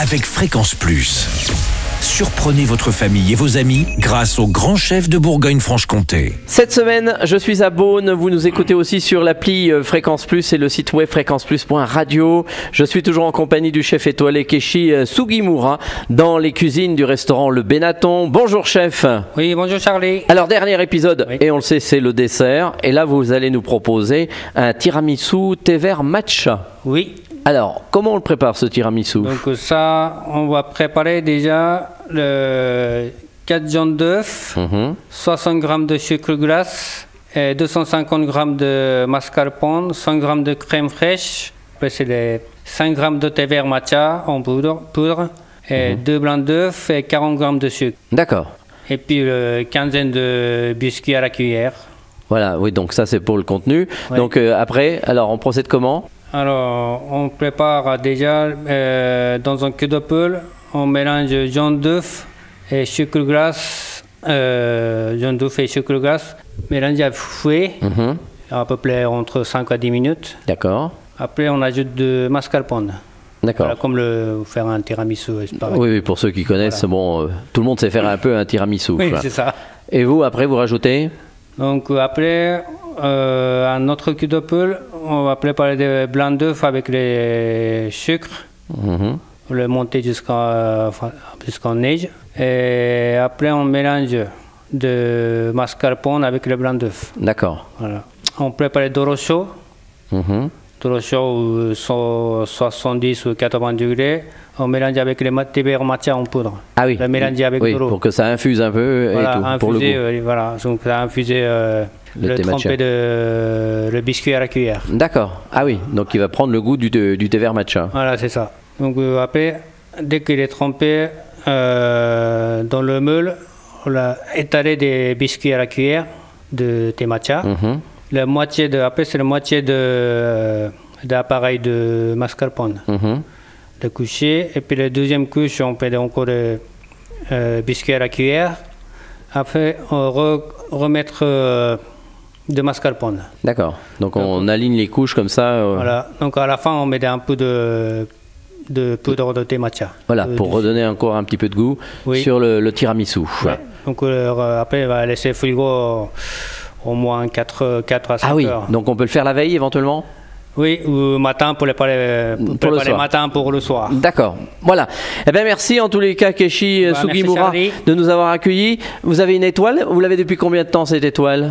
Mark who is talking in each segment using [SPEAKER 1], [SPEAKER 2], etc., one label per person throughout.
[SPEAKER 1] avec Fréquence Plus. Surprenez votre famille et vos amis grâce au grand chef de Bourgogne-Franche-Comté.
[SPEAKER 2] Cette semaine, je suis à Beaune. Vous nous écoutez aussi sur l'appli euh, Fréquence Plus et le site web fréquenceplus.radio. Je suis toujours en compagnie du chef étoilé Keshi euh, Sugimura dans les cuisines du restaurant Le Bénaton. Bonjour chef.
[SPEAKER 3] Oui, bonjour Charlie.
[SPEAKER 2] Alors dernier épisode
[SPEAKER 3] Oui.
[SPEAKER 2] et on le sait, c'est le dessert. Et là, vous allez nous proposer un tiramisu thé vert matcha.
[SPEAKER 3] Oui,
[SPEAKER 2] Alors, comment on le prépare ce tiramisu
[SPEAKER 3] donc euh, ça, on va préparer déjà le 4 jaunes d'œufs,
[SPEAKER 2] Mhm.
[SPEAKER 3] 60 g de sucre glace, et 250 g de mascarpone, 100 g de crème fraîche, après c'est les 5 g de thé vert matcha en poudre, poudre et 2 blancs d'œufs et 40 g de sucre.
[SPEAKER 2] D'accord.
[SPEAKER 3] Et puis euh, quinzaine de biscuits à la cuillère.
[SPEAKER 2] Voilà, oui, donc ça c'est pour le contenu.
[SPEAKER 3] Ouais.
[SPEAKER 2] Donc euh, après, alors on procède comment
[SPEAKER 3] Alors, on prépare déjà euh, dans un cul de poule, on mélange jaune d'œuf et sucre glace, euh, jaune d'œuf et sucre glace, mélangé à fouet,
[SPEAKER 2] Mhm.
[SPEAKER 3] à peu près entre 5 à 10 minutes.
[SPEAKER 2] D'accord.
[SPEAKER 3] Après, on ajoute de mascarpone,
[SPEAKER 2] D'accord.
[SPEAKER 3] Voilà, comme le faire un tiramisu, c'est pareil.
[SPEAKER 2] Ah Oui, oui, pour ceux qui connaissent, bon, euh, tout le monde sait faire un peu un tiramisu.
[SPEAKER 3] Oui,
[SPEAKER 2] quoi.
[SPEAKER 3] c'est ça.
[SPEAKER 2] Et vous, après, vous rajoutez
[SPEAKER 3] Donc euh, après, euh, un autre cul de poule, on va préparer des blancs d'œufs avec les sucres.
[SPEAKER 2] Mhm.
[SPEAKER 3] On le monter jusqu'à enfin, jusqu'en neige. Et après, on mélange de mascarpone avec le blanc d'œuf.
[SPEAKER 2] D'accord.
[SPEAKER 3] Voilà. On prépare le doro chaud.
[SPEAKER 2] Mhm.
[SPEAKER 3] Doro chaud, euh, so- 70 ou 80 degrés. On mélange avec le mat- thé vert matcha en poudre.
[SPEAKER 2] Ah oui.
[SPEAKER 3] Le mélanger avec
[SPEAKER 2] oui,
[SPEAKER 3] de l'eau.
[SPEAKER 2] pour que ça infuse un peu
[SPEAKER 3] Voilà,
[SPEAKER 2] et tout, pour le
[SPEAKER 3] infuser,
[SPEAKER 2] goût.
[SPEAKER 3] euh, voilà. Donc, ça a infusé euh,
[SPEAKER 2] Le
[SPEAKER 3] le
[SPEAKER 2] thé matcha.
[SPEAKER 3] trempé de le biscuit à la cuillère.
[SPEAKER 2] D'accord. Ah oui, donc il va prendre le goût du, thé- du thé vert matcha.
[SPEAKER 3] Voilà, c'est ça. Donc euh, après, dès qu'il est trempé euh, dans le meule, on a étalé des biscuits à la cuillère de thé matcha.
[SPEAKER 2] Mhm.
[SPEAKER 3] La moitié de, après, c'est la moitié de euh, d'appareil de mascarpone,
[SPEAKER 2] Mhm.
[SPEAKER 3] de coucher. Et puis la deuxième couche, on fait encore des euh, biscuits à la cuillère. Après, on re- remettre euh, de mascarpone.
[SPEAKER 2] D'accord. Donc on aligne les couches comme ça. euh, voilà,
[SPEAKER 3] Voilà. Donc à la fin, on met un peu de, de poudre de thé matcha. De-
[SPEAKER 2] pour
[SPEAKER 3] de-
[SPEAKER 2] redonner encore un petit peu de goût
[SPEAKER 3] Euh, Oui.
[SPEAKER 2] sur le, le tiramisu.
[SPEAKER 3] Ouais. Donc euh, après, on va laisser frigo au moins 4, 4 à 5
[SPEAKER 2] Ah oui,
[SPEAKER 3] heures.
[SPEAKER 2] donc on peut le faire la veille éventuellement
[SPEAKER 3] Oui, ou matin pour les préparer, pour
[SPEAKER 2] Pour le
[SPEAKER 3] préparer
[SPEAKER 2] soir.
[SPEAKER 3] matin pour le soir.
[SPEAKER 2] D'accord. Voilà. Eh bien, merci en tous les cas, Keshi euh,
[SPEAKER 3] Bah, merci,
[SPEAKER 2] Sugimura,
[SPEAKER 3] Charlie.
[SPEAKER 2] de nous avoir accueillis. Vous avez une étoile. Vous l'avez depuis combien de temps, cette étoile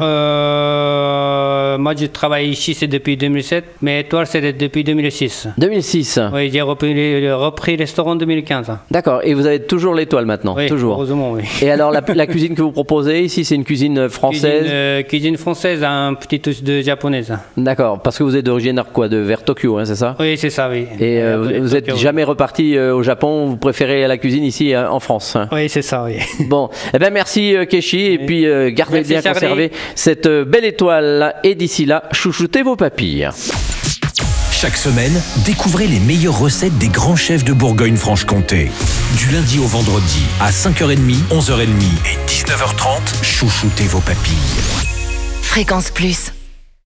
[SPEAKER 3] Euh, moi, je travaille ici, c'est depuis 2007, mais toi, c'est depuis 2006.
[SPEAKER 2] 2006.
[SPEAKER 3] Oui, j'ai repris, le- repris le restaurant en 2015.
[SPEAKER 2] D'accord. Et vous avez toujours l'étoile maintenant
[SPEAKER 3] Oui,
[SPEAKER 2] Toujours.
[SPEAKER 3] Heureusement, oui.
[SPEAKER 2] Et alors, la, la cuisine que vous proposez ici, c'est une cuisine française
[SPEAKER 3] Cuisine, euh, cuisine française, un petit touche de japonaise.
[SPEAKER 2] D'accord. Parce que vous êtes d'origine quoi de vers Tokyo, hein, c'est ça
[SPEAKER 3] Oui, c'est ça, oui.
[SPEAKER 2] Et euh,
[SPEAKER 3] Japonais,
[SPEAKER 2] vous- vous n'êtes
[SPEAKER 3] Tokyo.
[SPEAKER 2] jamais reparti euh, au Japon Vous préférez la cuisine ici euh, en France hein
[SPEAKER 3] Oui, c'est ça, oui.
[SPEAKER 2] Bon, eh ben merci euh, Keshi et puis euh, gardez
[SPEAKER 3] Merci,
[SPEAKER 2] bien
[SPEAKER 3] Charlie.
[SPEAKER 2] conservé cette euh, belle étoile et d'ici là, chouchoutez vos papilles.
[SPEAKER 1] Chaque semaine, découvrez les meilleures recettes des grands chefs de Bourgogne-Franche-Comté. Du lundi au vendredi, à 5h30, 11h30 et 19h30, chouchoutez vos papilles.
[SPEAKER 4] Fréquence Plus.